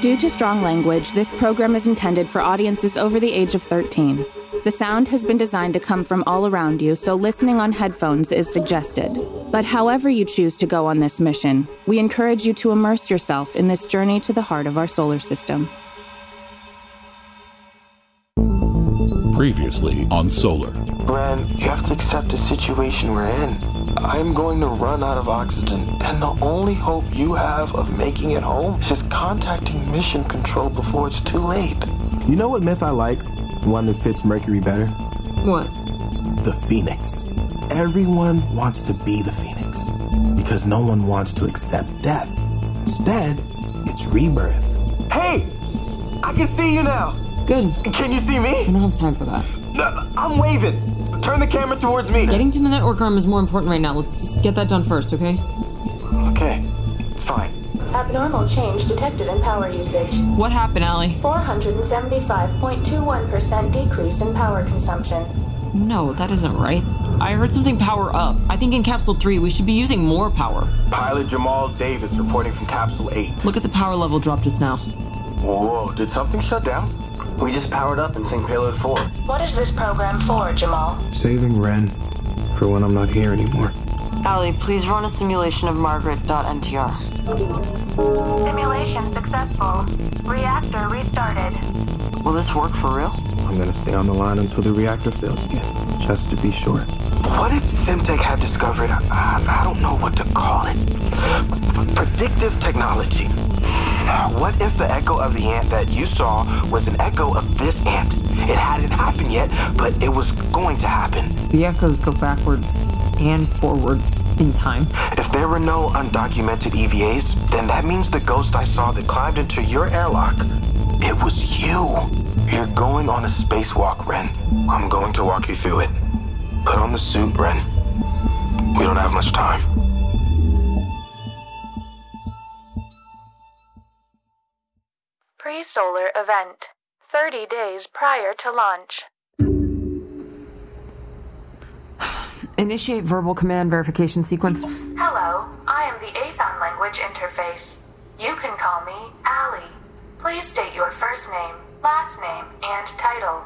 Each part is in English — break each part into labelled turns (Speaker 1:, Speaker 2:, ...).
Speaker 1: Due to strong language, this program is intended for audiences over the age of 13. The sound has been designed to come from all around you, so listening on headphones is suggested. But however you choose to go on this mission, we encourage you to immerse yourself in this journey to the heart of our solar system.
Speaker 2: Previously on Solar.
Speaker 3: Ren, you have to accept the situation we're in. I'm going to run out of oxygen, and the only hope you have of making it home is contacting Mission Control before it's too late.
Speaker 4: You know what myth I like? One that fits Mercury better?
Speaker 5: What?
Speaker 4: The Phoenix. Everyone wants to be the Phoenix because no one wants to accept death. Instead, it's rebirth.
Speaker 3: Hey! I can see you now!
Speaker 5: Good.
Speaker 3: Can you see me?
Speaker 5: I don't have time for that.
Speaker 3: Uh, I'm waving! Turn the camera towards me!
Speaker 5: Getting to the network arm is more important right now. Let's just get that done first, okay?
Speaker 3: Okay, it's fine.
Speaker 6: Abnormal change detected in power usage.
Speaker 5: What happened, Allie?
Speaker 6: 475.21% decrease in power consumption.
Speaker 5: No, that isn't right. I heard something power up. I think in Capsule 3, we should be using more power.
Speaker 3: Pilot Jamal Davis reporting from Capsule 8.
Speaker 5: Look at the power level drop just now.
Speaker 3: Whoa, did something shut down?
Speaker 7: We just powered up and sync payload 4.
Speaker 6: What is this program for, Jamal?
Speaker 4: Saving Ren for when I'm not here anymore.
Speaker 5: Allie, please run a simulation of Margaret.ntr.
Speaker 8: Simulation successful. Reactor restarted.
Speaker 5: Will this work for real?
Speaker 4: I'm gonna stay on the line until the reactor fails again, just to be sure.
Speaker 3: What if Simtech had discovered, I, I don't know what to call it, predictive technology? What if the echo of the ant that you saw was an echo of this ant? It hadn't happened yet, but it was going to happen.
Speaker 5: The echoes go backwards and forwards in time.
Speaker 3: If there were no undocumented EVAs, then that means the ghost I saw that climbed into your airlock, it was you. You're going on a spacewalk, Ren. I'm going to walk you through it. Put on the suit, Ren. We don't have much time.
Speaker 6: Pre solar event. 30 days prior to launch.
Speaker 5: Initiate verbal command verification sequence.
Speaker 6: Hello, I am the Athon language interface. You can call me Allie. Please state your first name, last name, and title.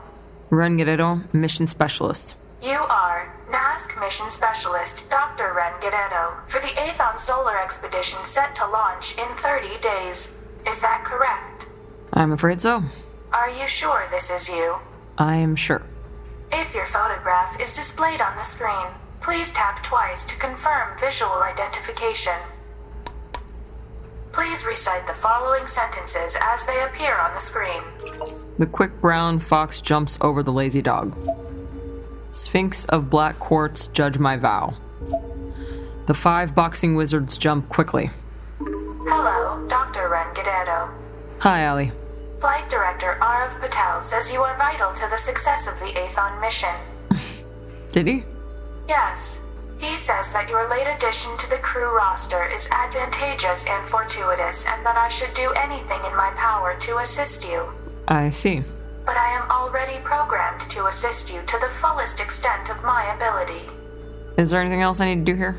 Speaker 5: Ren Guerrero, mission specialist.
Speaker 6: You are NASC Mission Specialist Dr. Ren Guerrero for the Athon Solar Expedition set to launch in 30 days. Is that correct?
Speaker 5: I'm afraid so.
Speaker 6: Are you sure this is you?
Speaker 5: I am sure.
Speaker 6: If your photograph is displayed on the screen, please tap twice to confirm visual identification. Please recite the following sentences as they appear on the screen.
Speaker 5: The quick brown fox jumps over the lazy dog. Sphinx of black quartz, judge my vow. The five boxing wizards jump quickly.
Speaker 6: Hello, Dr. Ren Guerrero.
Speaker 5: Hi, Allie.
Speaker 6: Flight Director Arav Patel says you are vital to the success of the Athon mission.
Speaker 5: Did he?
Speaker 6: Yes. He says that your late addition to the crew roster is advantageous and fortuitous, and that I should do anything in my power to assist you.
Speaker 5: I see.
Speaker 6: But I am already programmed to assist you to the fullest extent of my ability.
Speaker 5: Is there anything else I need to do here?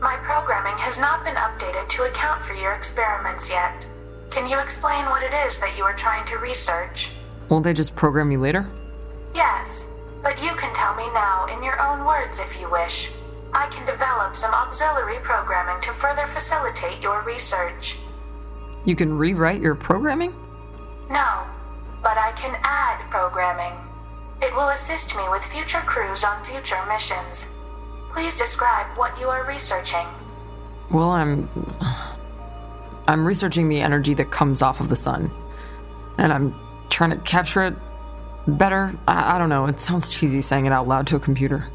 Speaker 6: My programming has not been updated to account for your experiments yet. Can you explain what it is that you are trying to research?
Speaker 5: Won't they just program you later?
Speaker 6: Yes, but you can tell me now in your own words if you wish. I can develop some auxiliary programming to further facilitate your research.
Speaker 5: You can rewrite your programming?
Speaker 6: No, but I can add programming. It will assist me with future crews on future missions. Please describe what you are researching.
Speaker 5: Well, I'm. I'm researching the energy that comes off of the sun. And I'm trying to capture it better. I, I don't know. It sounds cheesy saying it out loud to a computer.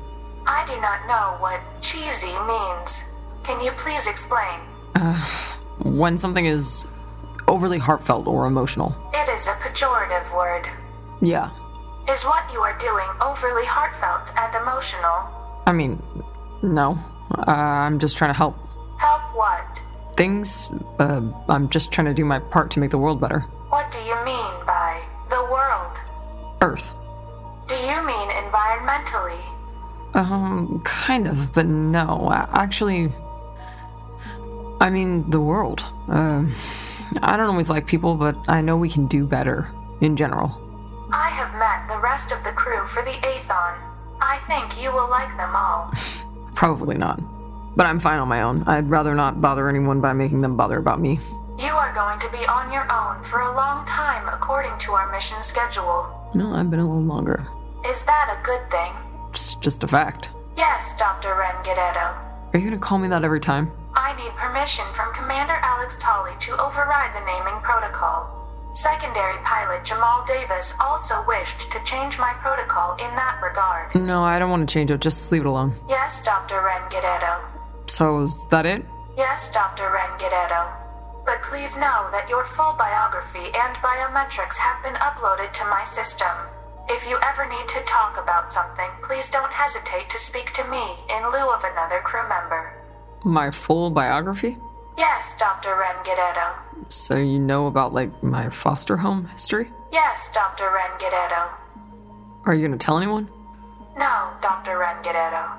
Speaker 6: I do not know what cheesy means. Can you please explain?
Speaker 5: when something is overly heartfelt or emotional.
Speaker 6: It is a pejorative word.
Speaker 5: Yeah.
Speaker 6: Is what you are doing overly heartfelt and emotional?
Speaker 5: I mean, no. Uh, I'm just trying to help
Speaker 6: Help what?
Speaker 5: things. Uh, I'm just trying to do my part to make the world better.
Speaker 6: What do you mean by the world?
Speaker 5: Earth.
Speaker 6: Do you mean environmentally?
Speaker 5: Um, kind of, but no. A- Actually, I mean, the world. Um, I don't always like people, but I know we can do better in general.
Speaker 6: I have met the rest of the crew for the Aethon. I think you will like them all.
Speaker 5: Probably not. But I'm fine on my own. I'd rather not bother anyone by making them bother about me.
Speaker 6: You are going to be on your own for a long time according to our mission schedule.
Speaker 5: No, I've been a little longer.
Speaker 6: Is that a good thing?
Speaker 5: It's just a fact.
Speaker 6: Yes, Dr. Ren Guerrero.
Speaker 5: Are you gonna call me that every time?
Speaker 6: I need permission from Commander Alex Tolley to override the naming protocol. Secondary pilot Jamal Davis also wished to change my protocol in that regard.
Speaker 5: No, I don't want to change it. Just leave it alone.
Speaker 6: Yes, Dr. Ren Guerrero.
Speaker 5: So, is that it?
Speaker 6: Yes, Dr. Ren Guerrero. But please know that your full biography and biometrics have been uploaded to my system. If you ever need to talk about something, please don't hesitate to speak to me in lieu of another crew member.
Speaker 5: My full biography?
Speaker 6: Yes, Dr. Ren Guerrero.
Speaker 5: So, you know about, like, my foster home history?
Speaker 6: Yes, Dr. Ren Guerrero.
Speaker 5: Are you gonna tell anyone?
Speaker 6: No, Dr. Ren Guerrero.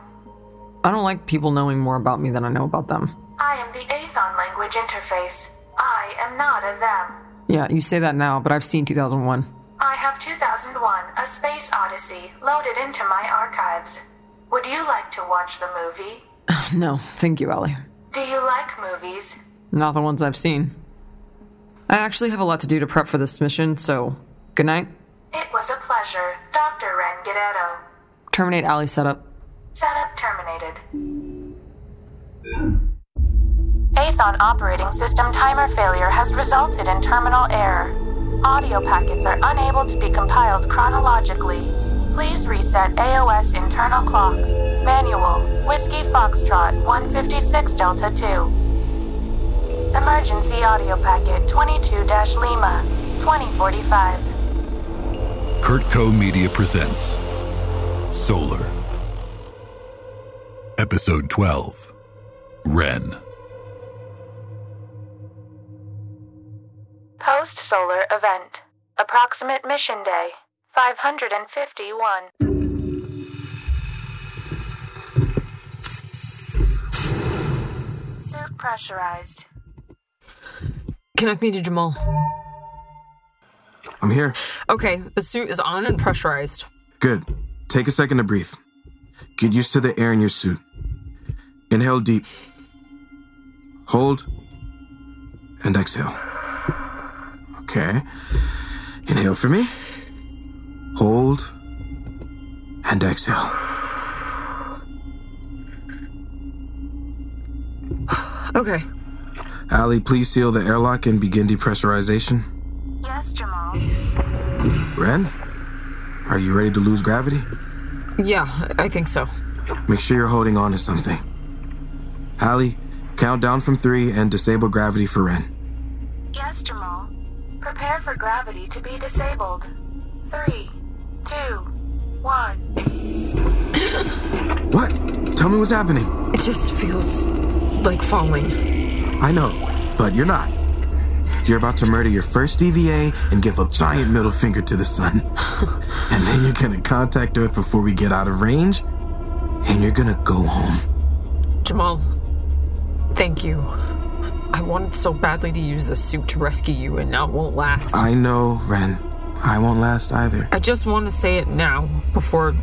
Speaker 5: I don't like people knowing more about me than I know about them.
Speaker 6: I am the Aethon language interface. I am not a them.
Speaker 5: Yeah, you say that now, but I've seen 2001.
Speaker 6: I have 2001 A Space Odyssey loaded into my archives. Would you like to watch the movie?
Speaker 5: No, thank you, Ellie.
Speaker 6: Do you like movies?
Speaker 5: Not the ones I've seen. I actually have a lot to do to prep for this mission, so good night.
Speaker 6: It was a pleasure, Dr. Ren Guerrero.
Speaker 5: Terminate Alley setup.
Speaker 6: Setup terminated. Athon operating system timer failure has resulted in terminal error. Audio packets are unable to be compiled chronologically. Please reset AOS internal clock. Manual Whiskey Foxtrot 156 Delta 2. Emergency audio packet 22 Lima 2045.
Speaker 2: Kurtco Media presents Solar. Episode 12 Ren.
Speaker 6: Post solar event. Approximate mission day 551. Suit pressurized.
Speaker 5: Connect me to Jamal.
Speaker 4: I'm here.
Speaker 5: Okay, the suit is on and pressurized.
Speaker 4: Good. Take a second to breathe. Get used to the air in your suit. Inhale deep. Hold. And exhale. Okay. Inhale for me. Hold. And exhale.
Speaker 5: Okay.
Speaker 4: Allie, please seal the airlock and begin depressurization.
Speaker 8: Yes, Jamal.
Speaker 4: Ren, are you ready to lose gravity?
Speaker 5: Yeah, I think so.
Speaker 4: Make sure you're holding on to something. Allie, count down from three and disable gravity for Ren.
Speaker 8: Yes, Jamal.
Speaker 6: Prepare for gravity to be disabled. Three, two, one.
Speaker 4: What? Tell me what's happening.
Speaker 5: It just feels like falling.
Speaker 4: I know, but you're not. You're about to murder your first EVA and give a giant middle finger to the sun. and then you're gonna contact Earth before we get out of range, and you're gonna go home.
Speaker 5: Jamal, thank you. I wanted so badly to use the suit to rescue you, and now it won't last.
Speaker 4: I know, Ren. I won't last either.
Speaker 5: I just want to say it now before.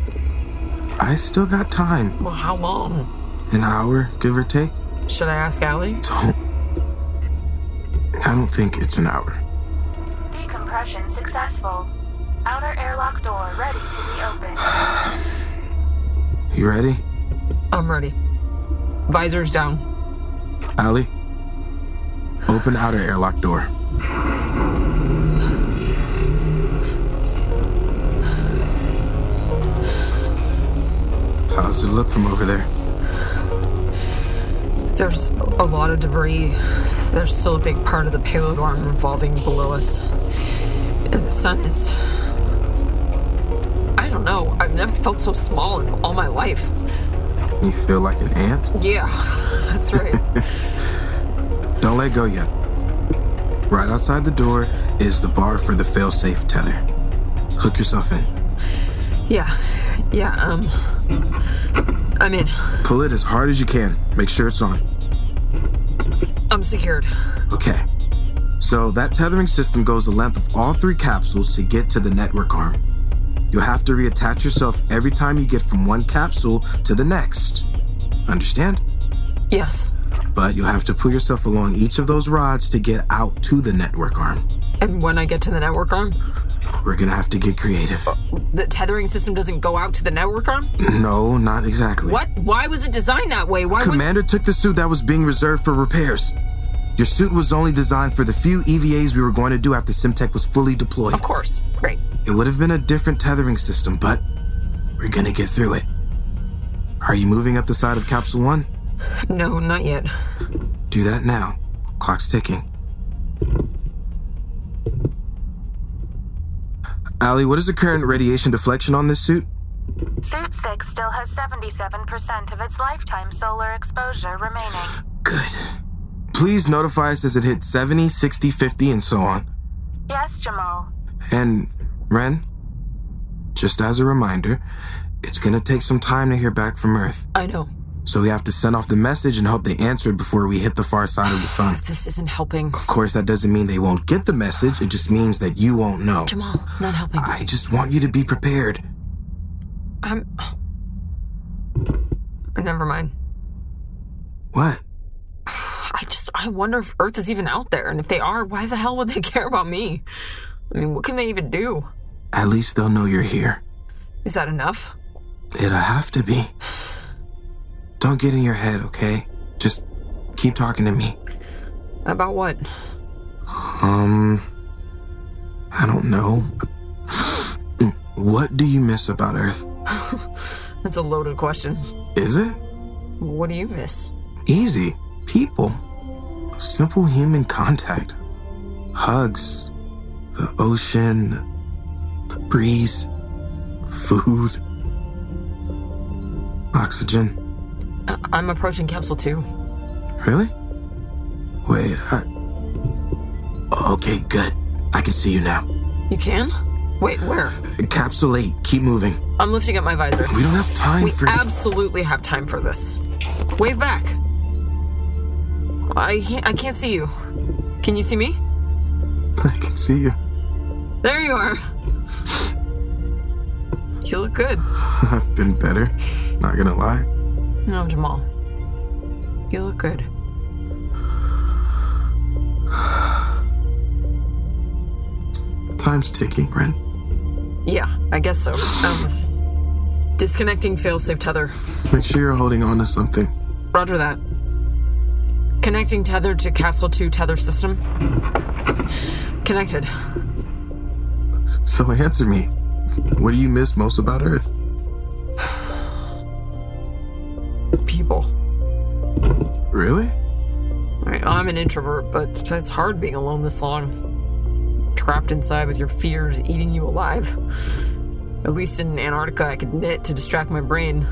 Speaker 4: I still got time.
Speaker 5: Well, how long?
Speaker 4: An hour, give or take.
Speaker 5: Should I ask Allie?
Speaker 4: Don't. I don't think it's an hour.
Speaker 6: Decompression successful. Outer airlock door ready to be opened.
Speaker 4: You ready?
Speaker 5: I'm ready. Visors down.
Speaker 4: Allie? Open outer airlock door. How's it look from over there?
Speaker 5: There's a lot of debris. There's still a big part of the payload arm revolving below us. And the sun is. I don't know. I've never felt so small in all my life.
Speaker 4: You feel like an ant?
Speaker 5: Yeah, that's right.
Speaker 4: Don't let go yet. Right outside the door is the bar for the failsafe tether. Hook yourself in.
Speaker 5: yeah, yeah, um. I'm in.
Speaker 4: Pull it as hard as you can. Make sure it's on.
Speaker 5: I'm secured.
Speaker 4: Okay. So that tethering system goes the length of all three capsules to get to the network arm. You'll have to reattach yourself every time you get from one capsule to the next. Understand?
Speaker 5: Yes.
Speaker 4: But you'll have to pull yourself along each of those rods to get out to the network arm.
Speaker 5: And when I get to the network arm,
Speaker 4: We're gonna have to get creative.
Speaker 5: the tethering system doesn't go out to the network arm?
Speaker 4: No, not exactly.
Speaker 5: What? Why was it designed that way? Why would
Speaker 4: Commander took the suit that was being reserved for repairs. Your suit was only designed for the few EVAs we were going to do after Simtech was fully deployed.
Speaker 5: Of course. Great.
Speaker 4: It would have been a different tethering system, but we're gonna get through it. Are you moving up the side of Capsule 1?
Speaker 5: No, not yet.
Speaker 4: Do that now. Clock's ticking. Allie, what is the current radiation deflection on this suit?
Speaker 8: Suit 6 still has 77% of its lifetime solar exposure remaining.
Speaker 4: Good. Please notify us as it hits 70, 60, 50, and so on.
Speaker 8: Yes, Jamal.
Speaker 4: And Ren, just as a reminder, it's gonna take some time to hear back from Earth,
Speaker 5: I know.
Speaker 4: so we have to send off the message and hope they answer it before we hit the far side of the sun.
Speaker 5: This isn't helping.
Speaker 4: Of course, that doesn't mean they won't get the message, it just means that you won't know.
Speaker 5: Jamal, not helping.
Speaker 4: I just want you to be prepared.
Speaker 5: I'm. Never mind.
Speaker 4: What?
Speaker 5: I just. I wonder if Earth is even out there, and if they are, why the hell would they care about me? I mean, what can they even do?
Speaker 4: At least they'll know you're here.
Speaker 5: Is that enough?
Speaker 4: It'll have to be. Don't get in your head, okay? Just keep talking to me.
Speaker 5: About what?
Speaker 4: Um, I don't know. What do you miss about Earth?
Speaker 5: That's a loaded question.
Speaker 4: Is it?
Speaker 5: What do you miss?
Speaker 4: Easy. People. Simple human contact. Hugs. The ocean. The breeze. Food. Oxygen.
Speaker 5: I- Uh, I'm approaching Capsule 2.
Speaker 4: Really? Wait, I. Okay, good. I can see you now.
Speaker 5: You can? Wait, where?
Speaker 4: Capsule 8, keep moving.
Speaker 5: I'm lifting up my visor.
Speaker 4: We don't have time
Speaker 5: We
Speaker 4: for.
Speaker 5: absolutely have time for this. Wave back. I can't, I can't see you. Can you see me?
Speaker 4: I can see you.
Speaker 5: There you are. You look good.
Speaker 4: I've been better. Not gonna lie.
Speaker 5: No, Jamal. You look good.
Speaker 4: Time's ticking, Ren.
Speaker 5: Yeah, I guess so. Um, disconnecting failsafe tether.
Speaker 4: Make sure you're holding on to something.
Speaker 5: Roger that. Connecting tether to capsule 2 tether system. Connected.
Speaker 4: So answer me. What do you miss most about Earth?
Speaker 5: People.
Speaker 4: Really?
Speaker 5: I- I'm an introvert, but it's hard being alone this long. Trapped inside with your fears eating you alive. At least in Antarctica, I could knit to distract my brain.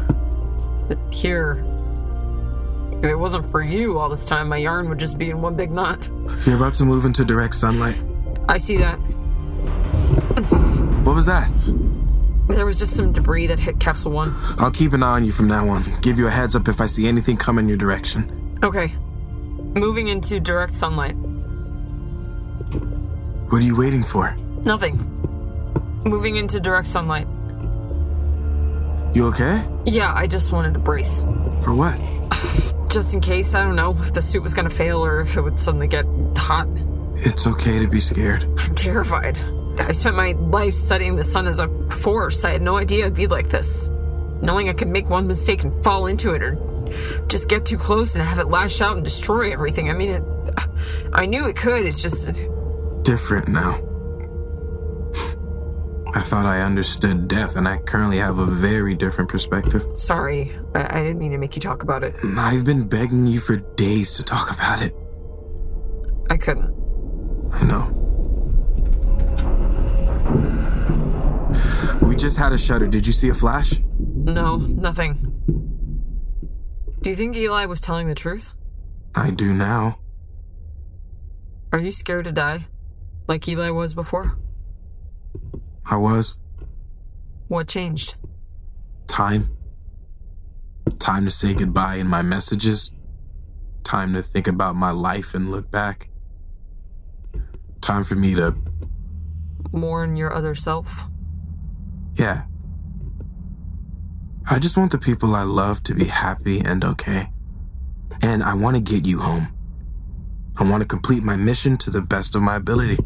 Speaker 5: But here, if it wasn't for you all this time, my yarn would just be in one big knot.
Speaker 4: You're about to move into direct sunlight.
Speaker 5: I see that.
Speaker 4: What was that?
Speaker 5: There was just some debris that hit Capsule 1.
Speaker 4: I'll keep an eye on you from now on. Give you a heads up if I see anything come in your direction.
Speaker 5: Okay. Moving into direct sunlight.
Speaker 4: What are you waiting for?
Speaker 5: Nothing. Moving into direct sunlight.
Speaker 4: You okay?
Speaker 5: Yeah, I just wanted to brace.
Speaker 4: For what?
Speaker 5: just in case. I don't know if the suit was gonna fail or if it would suddenly get hot.
Speaker 4: It's okay to be scared.
Speaker 5: I'm terrified. I spent my life studying the sun as a force. I had no idea it'd be like this. Knowing I could make one mistake and fall into it or just get too close and have it lash out and destroy everything. I mean, it, I knew it could. It's just.
Speaker 4: Different now. I thought I understood death, and I currently have a very different perspective.
Speaker 5: Sorry. I, I didn't mean to make you talk about it.
Speaker 4: I've been begging you for days to talk about it.
Speaker 5: I couldn't.
Speaker 4: I know. We just had a shutter. Did you see a flash?
Speaker 5: No, nothing. Do you think Eli was telling the truth?
Speaker 4: I do now.
Speaker 5: Are you scared to die? Like Eli was before?
Speaker 4: I was.
Speaker 5: What changed?
Speaker 4: Time. Time to say goodbye in my messages. Time to think about my life and look back. Time for me to.
Speaker 5: Mourn your other self?
Speaker 4: Yeah. I just want the people I love to be happy and okay. And I want to get you home. I want to complete my mission to the best of my ability.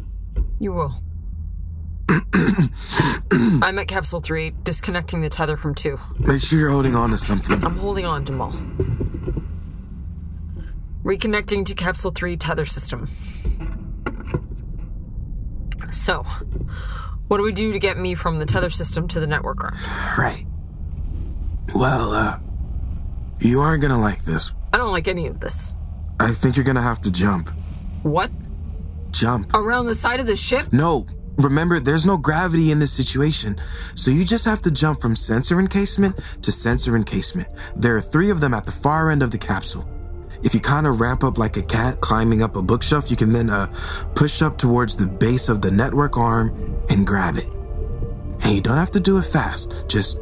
Speaker 5: You will. I'm at capsule three, disconnecting the tether from two.
Speaker 4: Make sure you're holding on to something.
Speaker 5: I'm holding on, Jamal. Reconnecting to capsule three tether system. So, what do we do to get me from the tether system to the networker?
Speaker 4: Right. Well, uh, you aren't gonna like this.
Speaker 5: I don't like any of this.
Speaker 4: I think you're gonna have to jump.
Speaker 5: What?
Speaker 4: Jump.
Speaker 5: Around the side of the ship?
Speaker 4: No, remember, there's no gravity in this situation. So you just have to jump from sensor encasement to sensor encasement. There are three of them at the far end of the capsule. If you kind of ramp up like a cat climbing up a bookshelf, you can then uh, push up towards the base of the network arm and grab it. And you don't have to do it fast, just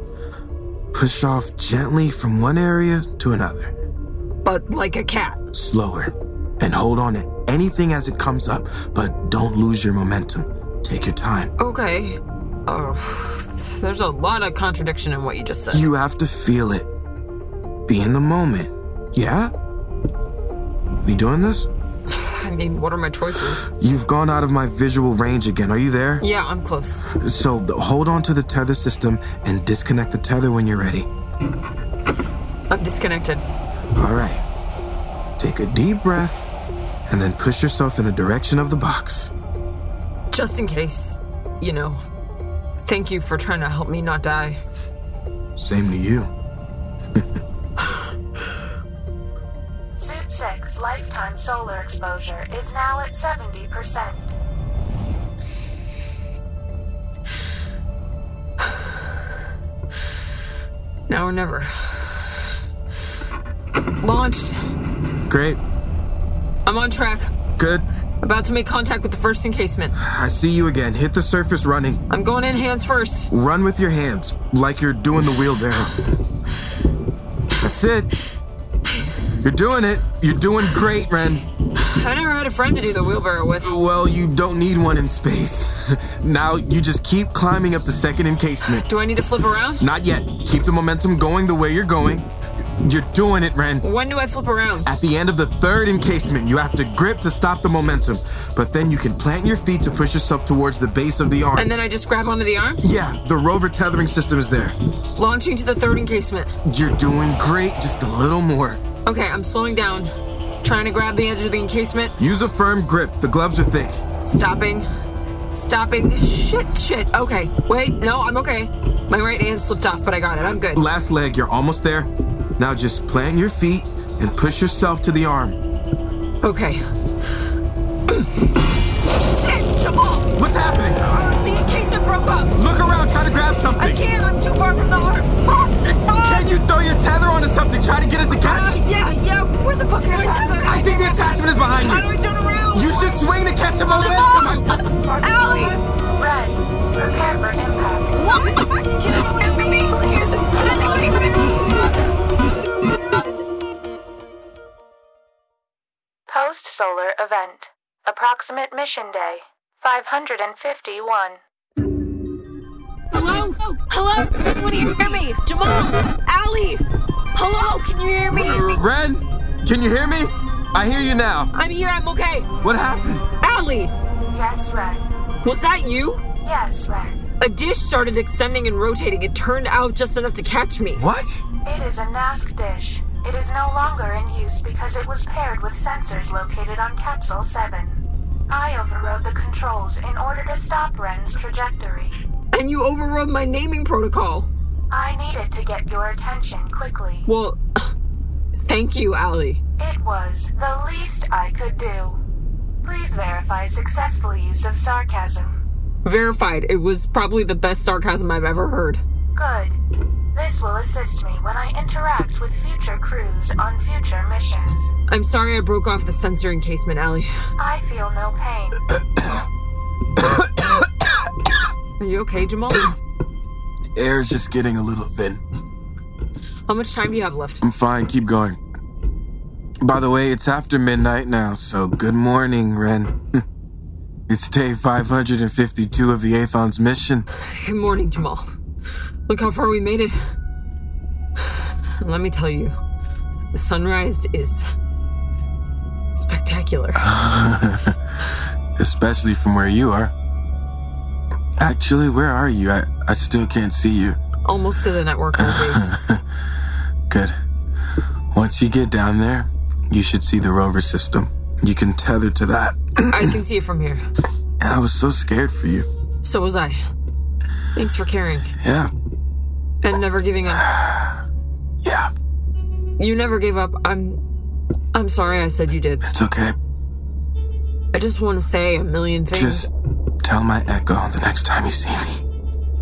Speaker 4: push off gently from one area to another
Speaker 5: But like a cat.
Speaker 4: slower and hold on to anything as it comes up, but don't lose your momentum. Take your time.
Speaker 5: Okay. Oh, there's a lot of contradiction in what you just said.
Speaker 4: You have to feel it. Be in the moment. Yeah? We doing this?
Speaker 5: I mean, what are my choices?
Speaker 4: You've gone out of my visual range again. Are you there?
Speaker 5: Yeah, I'm close.
Speaker 4: So th- hold on to the tether system and disconnect the tether when you're ready.
Speaker 5: I'm disconnected.
Speaker 4: All right. Take a deep breath and then push yourself in the direction of the box.
Speaker 5: Just in case, you know. Thank you for trying to help me not die.
Speaker 4: Same to you.
Speaker 6: Suit 6 lifetime solar exposure is now at 70%.
Speaker 5: Now or never. Launched.
Speaker 4: Great.
Speaker 5: I'm on track.
Speaker 4: Good.
Speaker 5: About to make contact with the first encasement.
Speaker 4: I see you again. Hit the surface running.
Speaker 5: I'm going in hands first.
Speaker 4: Run with your hands like you're doing the wheelbarrow. That's it. You're doing it. You're doing great, Ren.
Speaker 5: I never had a friend to do the wheelbarrow with.
Speaker 4: Well, you don't need one in space. now you just keep climbing up the second encasement.
Speaker 5: Do I need to flip around?
Speaker 4: Not yet. Keep the momentum going the way you're going. You're doing it, Ren.
Speaker 5: When do I flip around?
Speaker 4: At the end of the third encasement, you have to grip to stop the momentum, but then you can plant your feet to push yourself towards the base of the arm.
Speaker 5: And then I just grab onto the arm?
Speaker 4: yeah, the rover tethering system is there.
Speaker 5: Launching to the third encasement.
Speaker 4: You're doing great, just a little more.
Speaker 5: Okay, I'm slowing down. Trying to grab the edge of the encasement.
Speaker 4: Use a firm grip. The gloves are thick.
Speaker 5: Stopping. Stopping. Shit, shit. Okay. Wait, no, I'm okay. My right hand slipped off, but I got it. I'm good.
Speaker 4: Last leg, you're almost there. Now just plant your feet and push yourself to the arm.
Speaker 5: Okay. shit, Jamal!
Speaker 4: What's happening? Uh,
Speaker 5: The encasement broke off!
Speaker 4: Look around, try to grab something.
Speaker 5: I can't, I'm too far from the arm. Ah,
Speaker 4: Can you throw your tether onto something? Try to get it to catch?
Speaker 5: ah, yeah, yeah, where the fuck is my tether?
Speaker 4: I think the attachment is behind
Speaker 5: How do I
Speaker 4: you.
Speaker 5: turn around?
Speaker 4: You should swing to catch a momentum.
Speaker 5: Jamal! Owie!
Speaker 6: Red, prepare for impact.
Speaker 5: What? Get away from me!
Speaker 6: Post solar event. Approximate mission day 551.
Speaker 9: Hello? Hello? Can you hear me? Jamal? Allie? Hello? Can you hear me?
Speaker 4: Ren, can you hear me? I hear you now.
Speaker 9: I'm here. I'm okay.
Speaker 4: What happened?
Speaker 9: Allie?
Speaker 6: Yes, Red.
Speaker 5: Was that you?
Speaker 6: Yes, Red.
Speaker 5: A dish started extending and rotating. It turned out just enough to catch me.
Speaker 4: What?
Speaker 6: It is a NASC dish. It is no longer in use because it was paired with sensors located on Capsule 7. I overrode the controls in order to stop Ren's trajectory.
Speaker 5: And you overrode my naming protocol.
Speaker 6: I needed to get your attention quickly.
Speaker 5: Well, thank you, Allie.
Speaker 6: It was the least I could do. Please verify successful use of sarcasm.
Speaker 5: Verified. It was probably the best sarcasm I've ever heard.
Speaker 6: Good. This will assist me when I interact with future crews on future missions.
Speaker 5: I'm sorry I broke off the sensor encasement, Allie.
Speaker 6: I feel no pain.
Speaker 5: Are you okay, Jamal?
Speaker 4: Air's just getting a little thin.
Speaker 5: How much time do you have left?
Speaker 4: I'm fine, keep going. By the way, it's after midnight now, so good morning, Ren. It's day 552 of the Athon's mission.
Speaker 5: Good morning, Jamal. Look how far we made it. And let me tell you, the sunrise is spectacular.
Speaker 4: Especially from where you are. Actually, where are you? I, I still can't see you.
Speaker 5: Almost to the network base.
Speaker 4: Good. Once you get down there, you should see the rover system. You can tether to that.
Speaker 5: I can see it from here.
Speaker 4: I was so scared for you.
Speaker 5: So was I. Thanks for caring
Speaker 4: Yeah,
Speaker 5: and never giving up.
Speaker 4: yeah,
Speaker 5: You never gave up. I'm I'm sorry I said you did.
Speaker 4: it's okay.
Speaker 5: I just want to say a million things.
Speaker 4: Just tell my echo the next time you see me.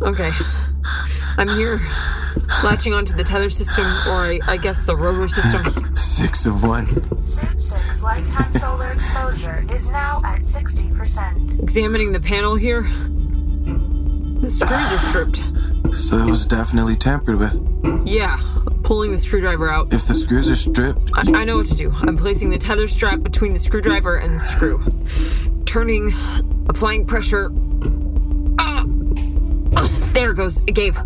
Speaker 5: Okay. I'm here latching onto the tether system or I, I guess the rover system.
Speaker 4: Six of one.
Speaker 6: Simpson's lifetime solar exposure is now at 60%.
Speaker 5: Examining the panel here. The screws are stripped.
Speaker 4: So it was definitely tampered with.
Speaker 5: Yeah, pulling the screwdriver out.
Speaker 4: If the screws are stripped,
Speaker 5: I, I know what to do. I'm placing the tether strap between the screwdriver and the screw. Turning, applying pressure. Ah! Ah, there it goes. It gave.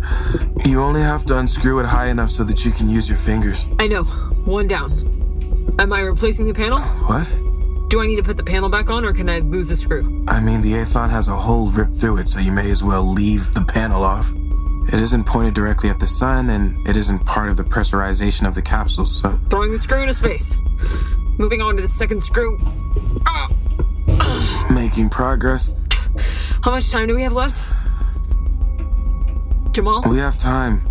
Speaker 4: you only have to unscrew it high enough so that you can use your fingers.
Speaker 5: I know. One down. Am I replacing the panel?
Speaker 4: What?
Speaker 5: Do I need to put the panel back on or can I lose the screw?
Speaker 4: I mean, the Athon has a hole ripped through it, so you may as well leave the panel off. It isn't pointed directly at the sun, and it isn't part of the pressurization of the capsule, so.
Speaker 5: Throwing the screw into space. Moving on to the second screw. Ah!
Speaker 4: Making progress.
Speaker 5: How much time do we have left? Jamal?
Speaker 4: We have time.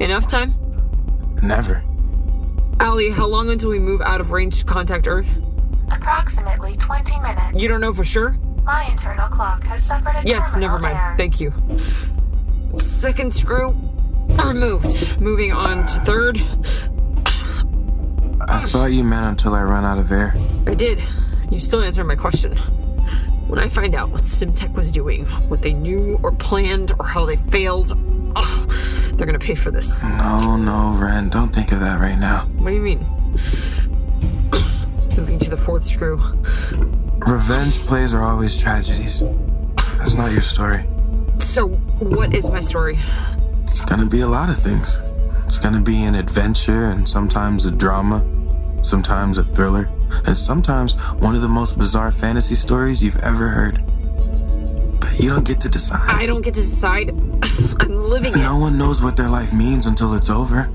Speaker 5: Enough time?
Speaker 4: Never.
Speaker 5: Ali, how long until we move out of range to contact Earth?
Speaker 6: Approximately 20 minutes.
Speaker 5: You don't know for sure?
Speaker 6: My internal clock has suffered a
Speaker 5: Yes,
Speaker 6: terminal
Speaker 5: never mind.
Speaker 6: error.
Speaker 5: Thank you. Second screw removed. Moving on to third.
Speaker 4: I thought you meant until I run out of air.
Speaker 5: I did. You still answered my question. When I find out what SimTech was doing, what they knew or planned, or how they failed, ugh, they're gonna pay for this.
Speaker 4: No, no, Ren, don't think of that right now.
Speaker 5: What do you mean? Moving to the fourth screw.
Speaker 4: Revenge plays are always tragedies. That's not your story.
Speaker 5: So, what is my story?
Speaker 4: It's gonna be a lot of things. It's gonna be an adventure and sometimes a drama, sometimes a thriller, and sometimes one of the most bizarre fantasy stories you've ever heard. But you don't get to decide.
Speaker 5: I don't get to decide. I'm living it.
Speaker 4: No one knows what their life means until it's over.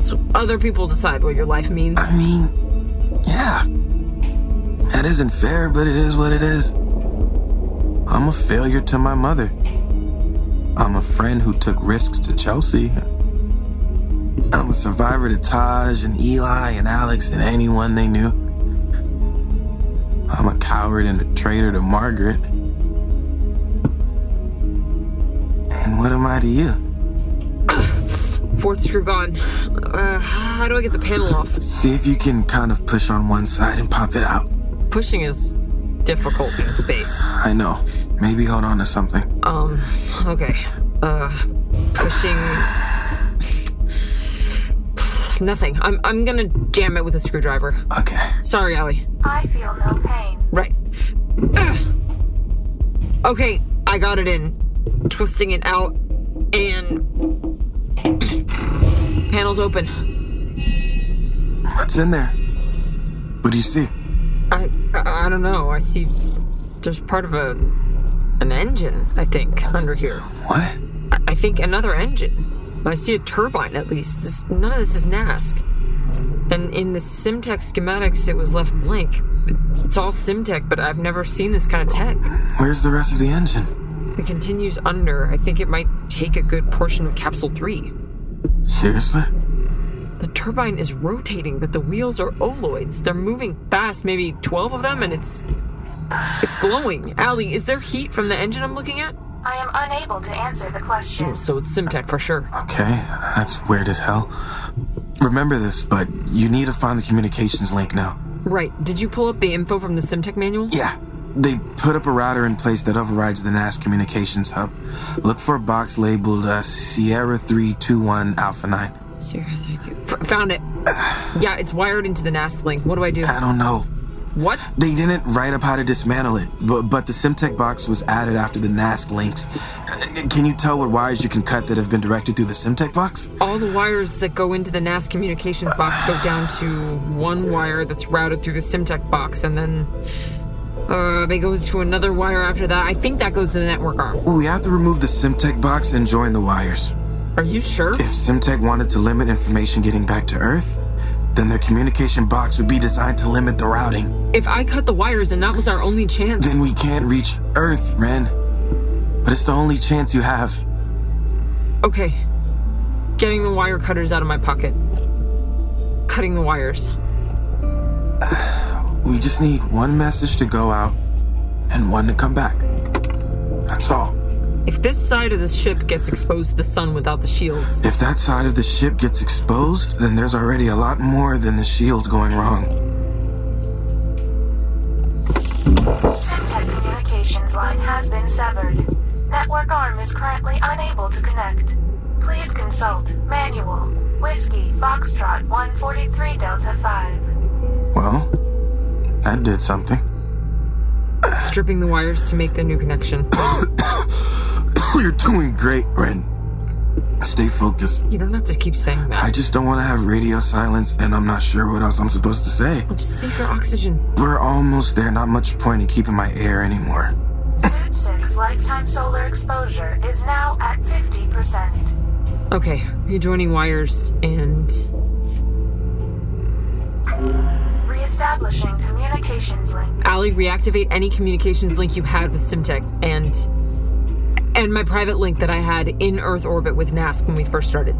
Speaker 5: So other people decide what your life means.
Speaker 4: I mean, yeah. That isn't fair, but it is what it is. I'm a failure to my mother. I'm a friend who took risks to Chelsea. I'm a survivor to Taj and Eli and Alex and anyone they knew. I'm a coward and a traitor to Margaret. And what am I to you?
Speaker 5: Fourth screw gone. Uh, how do I get the panel off?
Speaker 4: See if you can kind of push on one side and pop it out.
Speaker 5: Pushing is difficult in space.
Speaker 4: I know. Maybe hold on to something.
Speaker 5: Um, okay. Uh, pushing. Nothing. I'm, I'm gonna jam it with a screwdriver.
Speaker 4: Okay.
Speaker 5: Sorry, Allie.
Speaker 6: I feel no pain.
Speaker 5: Right. Ugh. Okay, I got it in. Twisting it out, and. Panels open.
Speaker 4: What's in there? What do you see?
Speaker 5: I, I I don't know. I see there's part of a an engine, I think, under here.
Speaker 4: What?
Speaker 5: I, I think another engine. I see a turbine at least. This, none of this is NASC. And in the Simtech schematics, it was left blank. It's all Simtech, but I've never seen this kind of tech.
Speaker 4: Where's the rest of the engine?
Speaker 5: It continues under. I think it might take a good portion of Capsule 3.
Speaker 4: Seriously?
Speaker 5: The turbine is rotating, but the wheels are oloids. They're moving fast, maybe 12 of them, and it's. It's glowing. Allie, is there heat from the engine I'm looking at?
Speaker 6: I am unable to answer the question.
Speaker 5: So it's Simtech for sure.
Speaker 4: Okay, that's weird as hell. Remember this, but you need to find the communications link now.
Speaker 5: Right. Did you pull up the info from the Simtech manual?
Speaker 4: Yeah, they put up a router in place that overrides the NAS communications hub. Look for a box labeled uh, Sierra 321 Alpha 9.
Speaker 5: F- found it. Yeah, it's wired into the NAS link. What do I do?
Speaker 4: I don't know.
Speaker 5: What?
Speaker 4: They didn't write up how to dismantle it, but, but the Simtech box was added after the NASC links. Uh, Can you tell what wires you can cut that have been directed through the Simtech box?
Speaker 5: All the wires that go into the NAS communications box go down to one wire that's routed through the Simtech box, and then uh, they go to another wire after that. I think that goes to the network arm.
Speaker 4: We have to remove the Simtech box and join the wires.
Speaker 5: Are you sure?
Speaker 4: If Simtech wanted to limit information getting back to Earth, then their communication box would be designed to limit the routing.
Speaker 5: If I cut the wires and that was our only chance,
Speaker 4: Then we can't reach Earth, Ren. But it's the only chance you have.
Speaker 5: Okay. Getting the wire cutters out of my pocket. Cutting the wires.
Speaker 4: We just need one message to go out and one to come back. That's all.
Speaker 5: If this side of the ship gets exposed to the sun without the shields,
Speaker 4: If that side of the ship gets exposed, then there's already a lot more than the shield going wrong.
Speaker 6: Semtech communications line has been severed. Network arm is currently unable to connect. Please consult manual Whiskey Foxtrot 143 Delta 5.
Speaker 4: Well, that did something.
Speaker 5: stripping the wires to make the new connection.
Speaker 4: Oh, You're doing great, Ren. Stay focused.
Speaker 5: You don't have to keep saying that.
Speaker 4: I just don't want to have radio silence, and I'm not sure what else I'm supposed to say.
Speaker 5: Just save your oxygen.
Speaker 4: We're almost there, not much point in keeping my air anymore.
Speaker 6: Suit 6 lifetime solar exposure is now at 50%.
Speaker 5: Okay, rejoining wires and.
Speaker 6: Reestablishing communications link.
Speaker 5: Allie, reactivate any communications link you had with Simtech and. And my private link that I had in Earth orbit with NASC when we first started.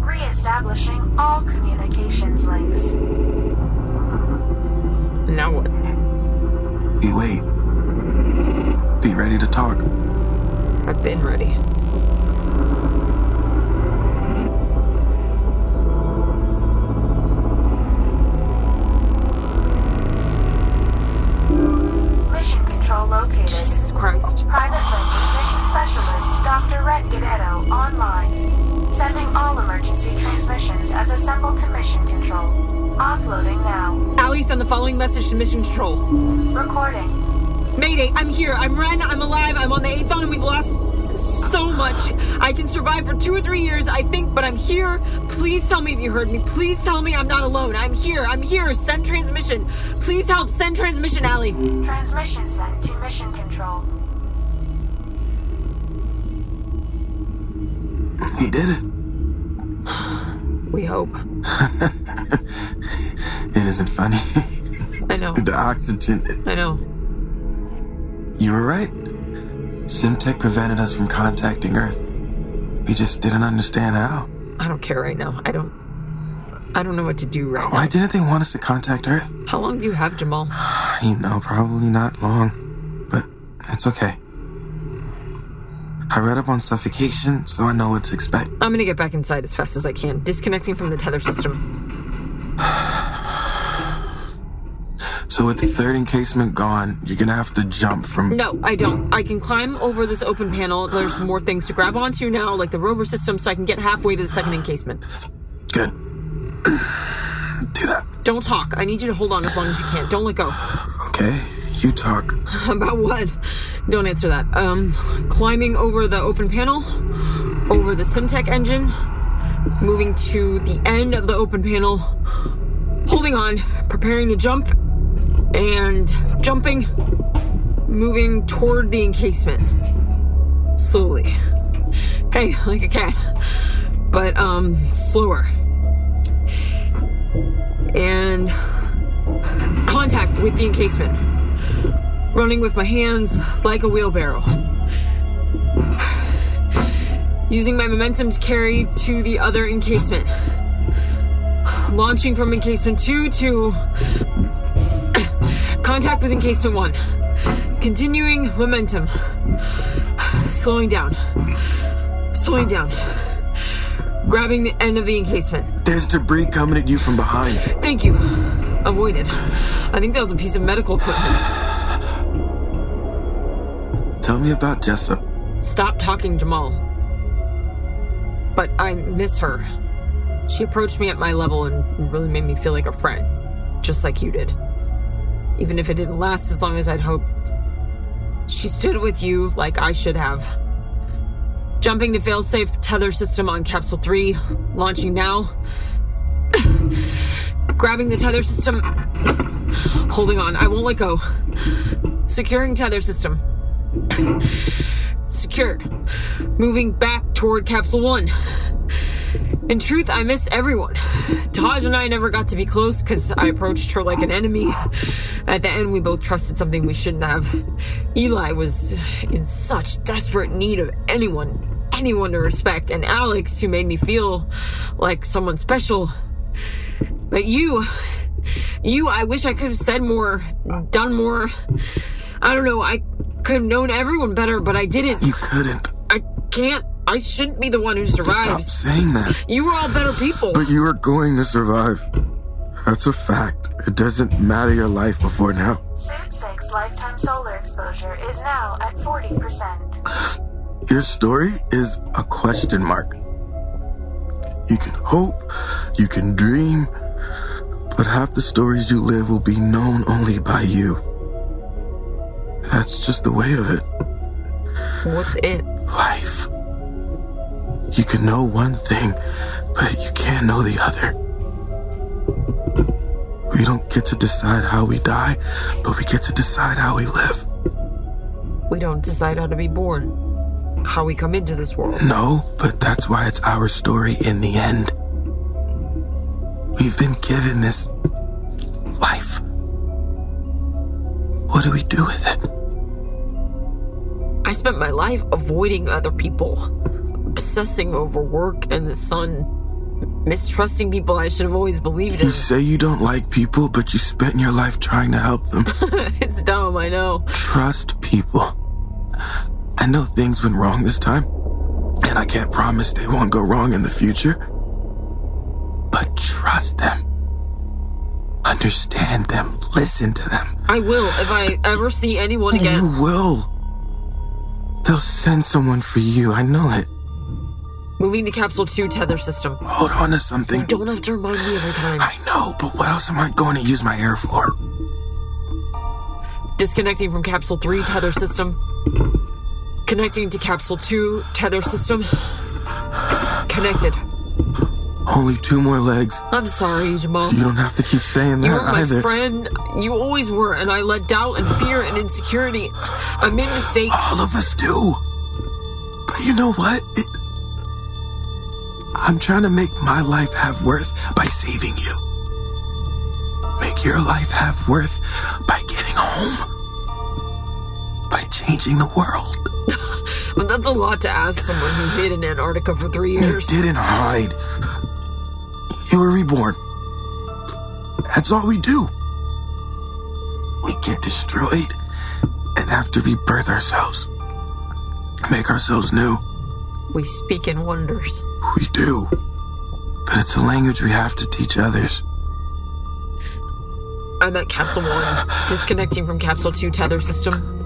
Speaker 6: Reestablishing all communications links.
Speaker 5: Now what?
Speaker 4: We wait. Be ready to talk.
Speaker 5: I've been ready.
Speaker 6: Mission control located.
Speaker 5: Jesus Christ.
Speaker 6: Private link with mission specialist Dr. Red Gadetto online. Sending all emergency transmissions as assembled to mission control. Offloading now.
Speaker 5: Allie, send the following message to Mission Control.
Speaker 6: Recording.
Speaker 5: Mayday, I'm here. I'm Ren. I'm alive. I'm on the Aethon. We've lost so much. I can survive for two or three years, I think, but I'm here. Please tell me if you heard me. Please tell me I'm not alone. I'm here. I'm here. Send transmission. Please help. Send transmission, Allie.
Speaker 6: Transmission sent to mission control.
Speaker 4: We did it.
Speaker 5: We hope.
Speaker 4: It isn't funny.
Speaker 5: I know.
Speaker 4: the oxygen.
Speaker 5: I know.
Speaker 4: You were right. Simtech prevented us from contacting Earth. We just didn't understand how.
Speaker 5: I don't care right now. I don't. I don't know what to do right
Speaker 4: Why didn't they want us to contact Earth?
Speaker 5: now. How long do you have, Jamal?
Speaker 4: You know, probably not long, but it's okay. I read up on suffocation, so I know what to expect.
Speaker 5: I'm gonna get back inside as fast as I can. Disconnecting from the tether system.
Speaker 4: So, with the third encasement gone, you're gonna have to jump from.
Speaker 5: No, I don't. I can climb over this open panel. There's more things to grab onto now, like the rover system, so I can get halfway to the second encasement.
Speaker 4: Good. Do that.
Speaker 5: Don't talk. I need you to hold on as long as you can. Don't let go.
Speaker 4: Okay, you talk.
Speaker 5: About what? Don't answer that. Um, climbing over the open panel, over the Simtech engine, moving to the end of the open panel, holding on, preparing to jump, and jumping, moving toward the encasement. Slowly. Hey, like a cat. But, um, slower. And contact with the encasement running with my hands like a wheelbarrow. Using my momentum to carry to the other encasement. Launching from encasement two to contact with encasement one. Continuing momentum. Slowing down. Slowing down. Grabbing the end of the encasement.
Speaker 4: There's debris coming at you from behind.
Speaker 5: Thank you. Avoided. I think that was a piece of medical equipment.
Speaker 4: Tell me about Jessup.
Speaker 5: Stop talking, Jamal. But I miss her. She approached me at my level and really made me feel like a friend, just like you did. even if it didn't last as long as I'd hoped. She stood with you like I should have. Jumping to failsafe tether system on Capsule 3, launching now. Grabbing the tether system. Holding on, I won't let go. Securing tether system. Secured. Moving back toward Capsule 1. In truth, I miss everyone. Taj and I never got to be close because I approached her like an enemy. At the end, we both trusted something we shouldn't have. Eli was in such desperate need of anyone, anyone to respect, and Alex, who made me feel like someone special. But you, you, I wish I could have said more, done more. I don't know, I could have known everyone better, but I didn't.
Speaker 4: You couldn't.
Speaker 5: I can't. I shouldn't be the one who survives.
Speaker 4: Stop saying that.
Speaker 5: You were all better people.
Speaker 4: But you are going to survive. That's a fact. It doesn't matter your life before now.
Speaker 6: Suit 6 lifetime solar exposure is now at 40%.
Speaker 4: Your story is a question mark. You can hope, you can dream, but half the stories you live will be known only by you. That's just the way of it.
Speaker 5: What's it?
Speaker 4: Life. You can know one thing, but you can't know the other. We don't get to decide how we die, but we get to decide how we live.
Speaker 5: We don't decide how to be born, how we come into this world.
Speaker 4: No, but that's why it's our story in the end. We've been given this life. What do we do with it?
Speaker 5: I spent my life avoiding other people obsessing over work and the sun, mistrusting people I should have always believed in.
Speaker 4: You say you don't like people, but you spent your life trying to help them.
Speaker 5: it's dumb, I know.
Speaker 4: Trust people. I know things went wrong this time, and I can't promise they won't go wrong in the future. But trust them. Understand them. Listen to them.
Speaker 5: I will if I ever see anyone again.
Speaker 4: You will. They'll send someone for you. I know it.
Speaker 5: Moving to Capsule 2 tether system.
Speaker 4: Hold on to something.
Speaker 5: You don't have to remind me every time.
Speaker 4: I know, but what else am I going to use my air for?
Speaker 5: Disconnecting from Capsule 3 tether system. Connecting to Capsule 2 tether system. Connected.
Speaker 4: Only two more legs.
Speaker 5: I'm sorry, Jamal.
Speaker 4: You don't have to keep saying that
Speaker 5: You're my
Speaker 4: either.
Speaker 5: friend. You always were, and I let doubt and fear and insecurity. I made mistakes.
Speaker 4: All of us do. But you know what? It, I'm trying to make my life have worth by saving you. Make your life have worth by getting home. By changing the world.
Speaker 5: but that's a lot to ask someone who hid in Antarctica for three years.
Speaker 4: You didn't hide. You were reborn. That's all we do. We get destroyed and have to rebirth ourselves. Make ourselves new.
Speaker 5: We speak in wonders.
Speaker 4: We do. But it's a language we have to teach others.
Speaker 5: I'm at Capsule 1, disconnecting from Capsule 2 tether system.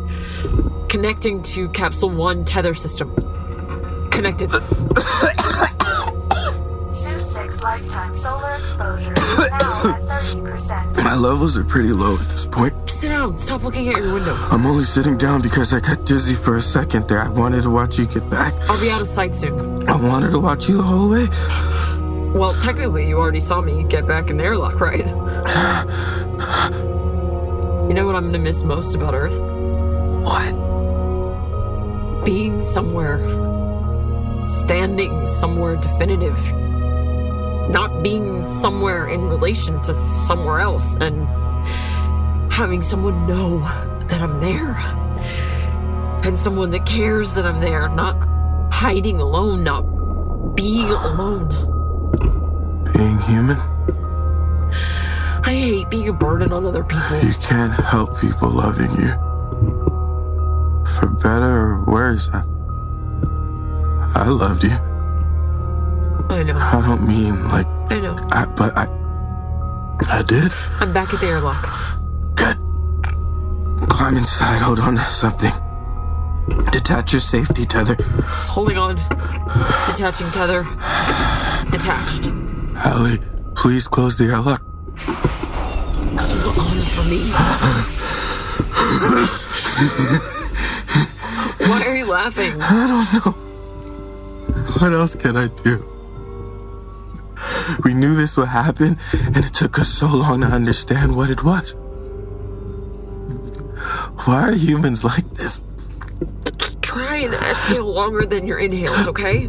Speaker 5: Connecting to Capsule 1 tether system. Connected.
Speaker 6: Suit 6 lifetime solar exposure is now at 30%.
Speaker 4: My levels are pretty low at this point.
Speaker 5: Sit down. Stop looking at your window.
Speaker 4: I'm only sitting down because I got dizzy for a second there. I wanted to watch you get back.
Speaker 5: I'll be out of sight soon.
Speaker 4: I wanted to watch you the whole way.
Speaker 5: Well, technically, you already saw me get back in the airlock, right? you know what I'm gonna miss most about Earth?
Speaker 4: What?
Speaker 5: Being somewhere. Standing somewhere definitive. Not being somewhere in relation to somewhere else and having someone know that I'm there. And someone that cares that I'm there, not hiding alone, not being alone.
Speaker 4: Being human?
Speaker 5: I hate being a burden on other people.
Speaker 4: You can't help people loving you. For better or worse, I, I loved you.
Speaker 5: I know.
Speaker 4: I don't mean like.
Speaker 5: I know.
Speaker 4: I, but I. I did.
Speaker 5: I'm back at the airlock
Speaker 4: climb inside. Hold on to something. Detach your safety tether.
Speaker 5: Holding on. Detaching tether. Detached.
Speaker 4: Allie, please close the airlock.
Speaker 5: Hold on for me. Why are you laughing?
Speaker 4: I don't know. What else can I do? We knew this would happen, and it took us so long to understand what it was. Why are humans like this?
Speaker 5: Try and exhale longer than your inhales, okay?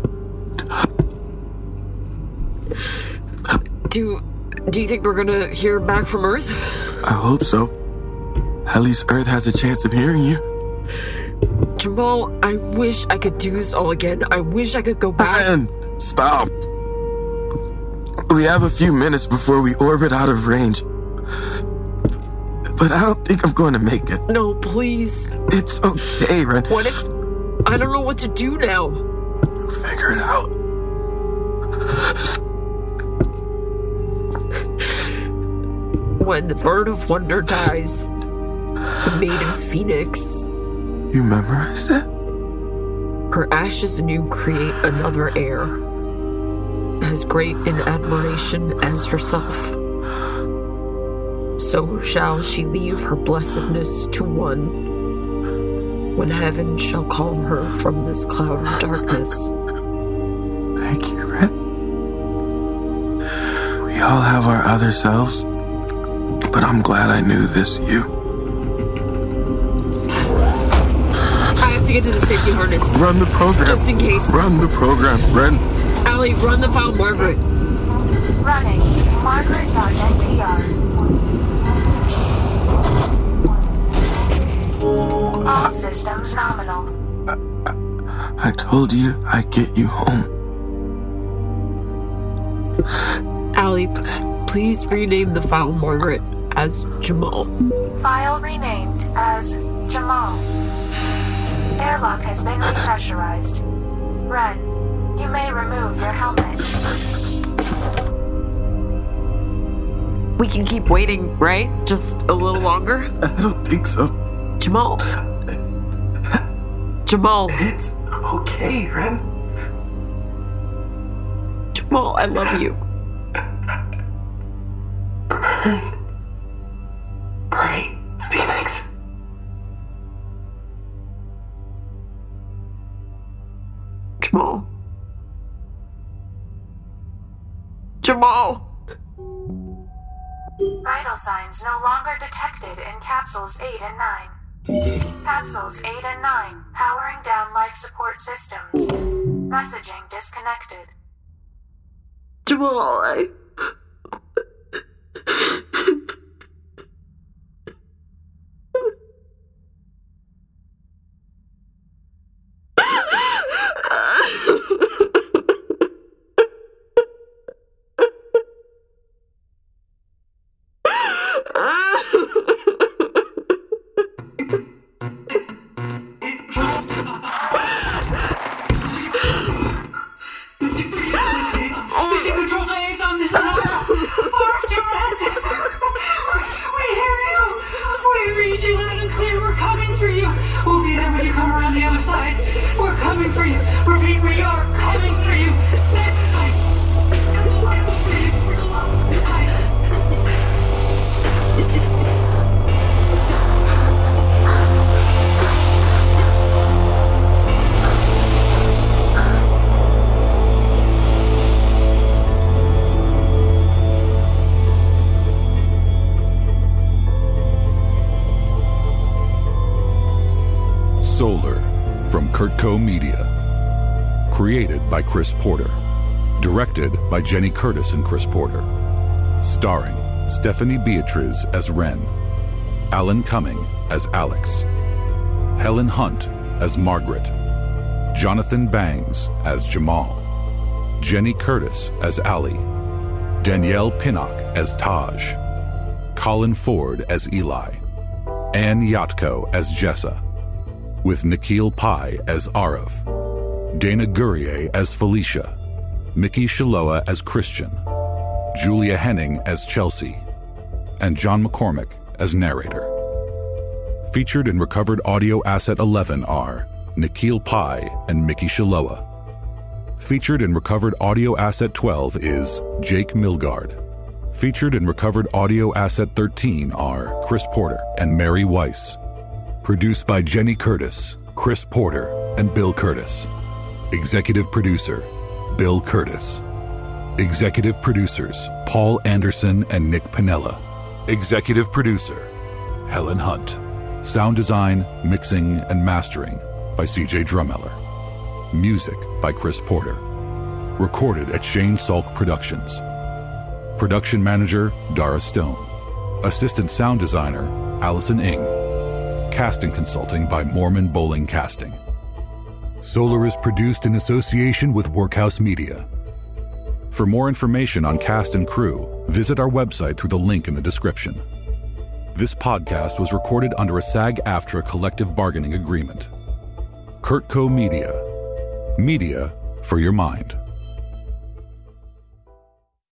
Speaker 5: Do do you think we're gonna hear back from Earth?
Speaker 4: I hope so. At least Earth has a chance of hearing you.
Speaker 5: Jamal, I wish I could do this all again. I wish I could go back.
Speaker 4: And stop. We have a few minutes before we orbit out of range. But I don't think I'm going to make it.
Speaker 5: No, please.
Speaker 4: It's okay, Ren.
Speaker 5: What if I don't know what to do now?
Speaker 4: Figure it out.
Speaker 5: When the bird of wonder dies, the maiden phoenix,
Speaker 4: You memorized it?
Speaker 5: her ashes anew create another heir, as great in admiration as herself. So shall she leave her blessedness to one when heaven shall call her from this cloud of darkness.
Speaker 4: Thank you, Ren. We all have our other selves, but I'm glad I knew this you.
Speaker 5: I have to get to the safety harness.
Speaker 4: Run the program.
Speaker 5: Just in case.
Speaker 4: Run the program, Ren.
Speaker 5: Allie, run the file, Margaret.
Speaker 6: Running margaret.npr. All systems nominal.
Speaker 4: I told you I'd get you home.
Speaker 5: Allie, p- please rename the file Margaret as Jamal.
Speaker 6: File renamed as Jamal. Airlock has been repressurized. Ren, you may remove your helmet.
Speaker 10: We can keep waiting, right?
Speaker 5: Just a little longer?
Speaker 4: I don't think so.
Speaker 5: Jamal. Jamal.
Speaker 3: It's okay, Ren.
Speaker 5: Jamal, I love you.
Speaker 3: Right, Phoenix.
Speaker 5: Jamal. Jamal.
Speaker 6: Vital signs no longer detected in capsules 8 and 9. Capsules 8 and 9 powering down life support systems. Messaging disconnected.
Speaker 5: Jamal, I.
Speaker 11: Mission control to Aethon, this is us. Mark to Ren. We hear you. We read you loud and clear. We're coming for you. We'll be there when you come around the other side. We're coming for you. Repeat, we are coming for you.
Speaker 2: Solar from Kurtco Media. Created by Chris Porter. Directed by Jenny Curtis and Chris Porter. Starring Stephanie Beatriz as Wren, Alan Cumming as Alex, Helen Hunt as Margaret, Jonathan Bangs as Jamal, Jenny Curtis as Allie, Danielle Pinnock as Taj, Colin Ford as Eli, Anne Yatko as Jessa with Nikhil Pai as Arav, Dana Gurrier as Felicia, Mickey Shaloa as Christian, Julia Henning as Chelsea, and John McCormick as narrator. Featured in recovered audio asset 11 are Nikhil Pai and Mickey Shaloa. Featured in recovered audio asset 12 is Jake Milgard. Featured in recovered audio asset 13 are Chris Porter and Mary Weiss. Produced by Jenny Curtis, Chris Porter, and Bill Curtis. Executive producer, Bill Curtis. Executive producers, Paul Anderson and Nick Pinella. Executive producer, Helen Hunt. Sound design, mixing, and mastering by CJ Drumheller. Music by Chris Porter. Recorded at Shane Salk Productions. Production manager, Dara Stone. Assistant sound designer, Allison Ing. Casting consulting by Mormon Bowling Casting. Solar is produced in association with Workhouse Media. For more information on cast and crew, visit our website through the link in the description. This podcast was recorded under a SAG AFTRA collective bargaining agreement. Kurtco Media. Media for your mind.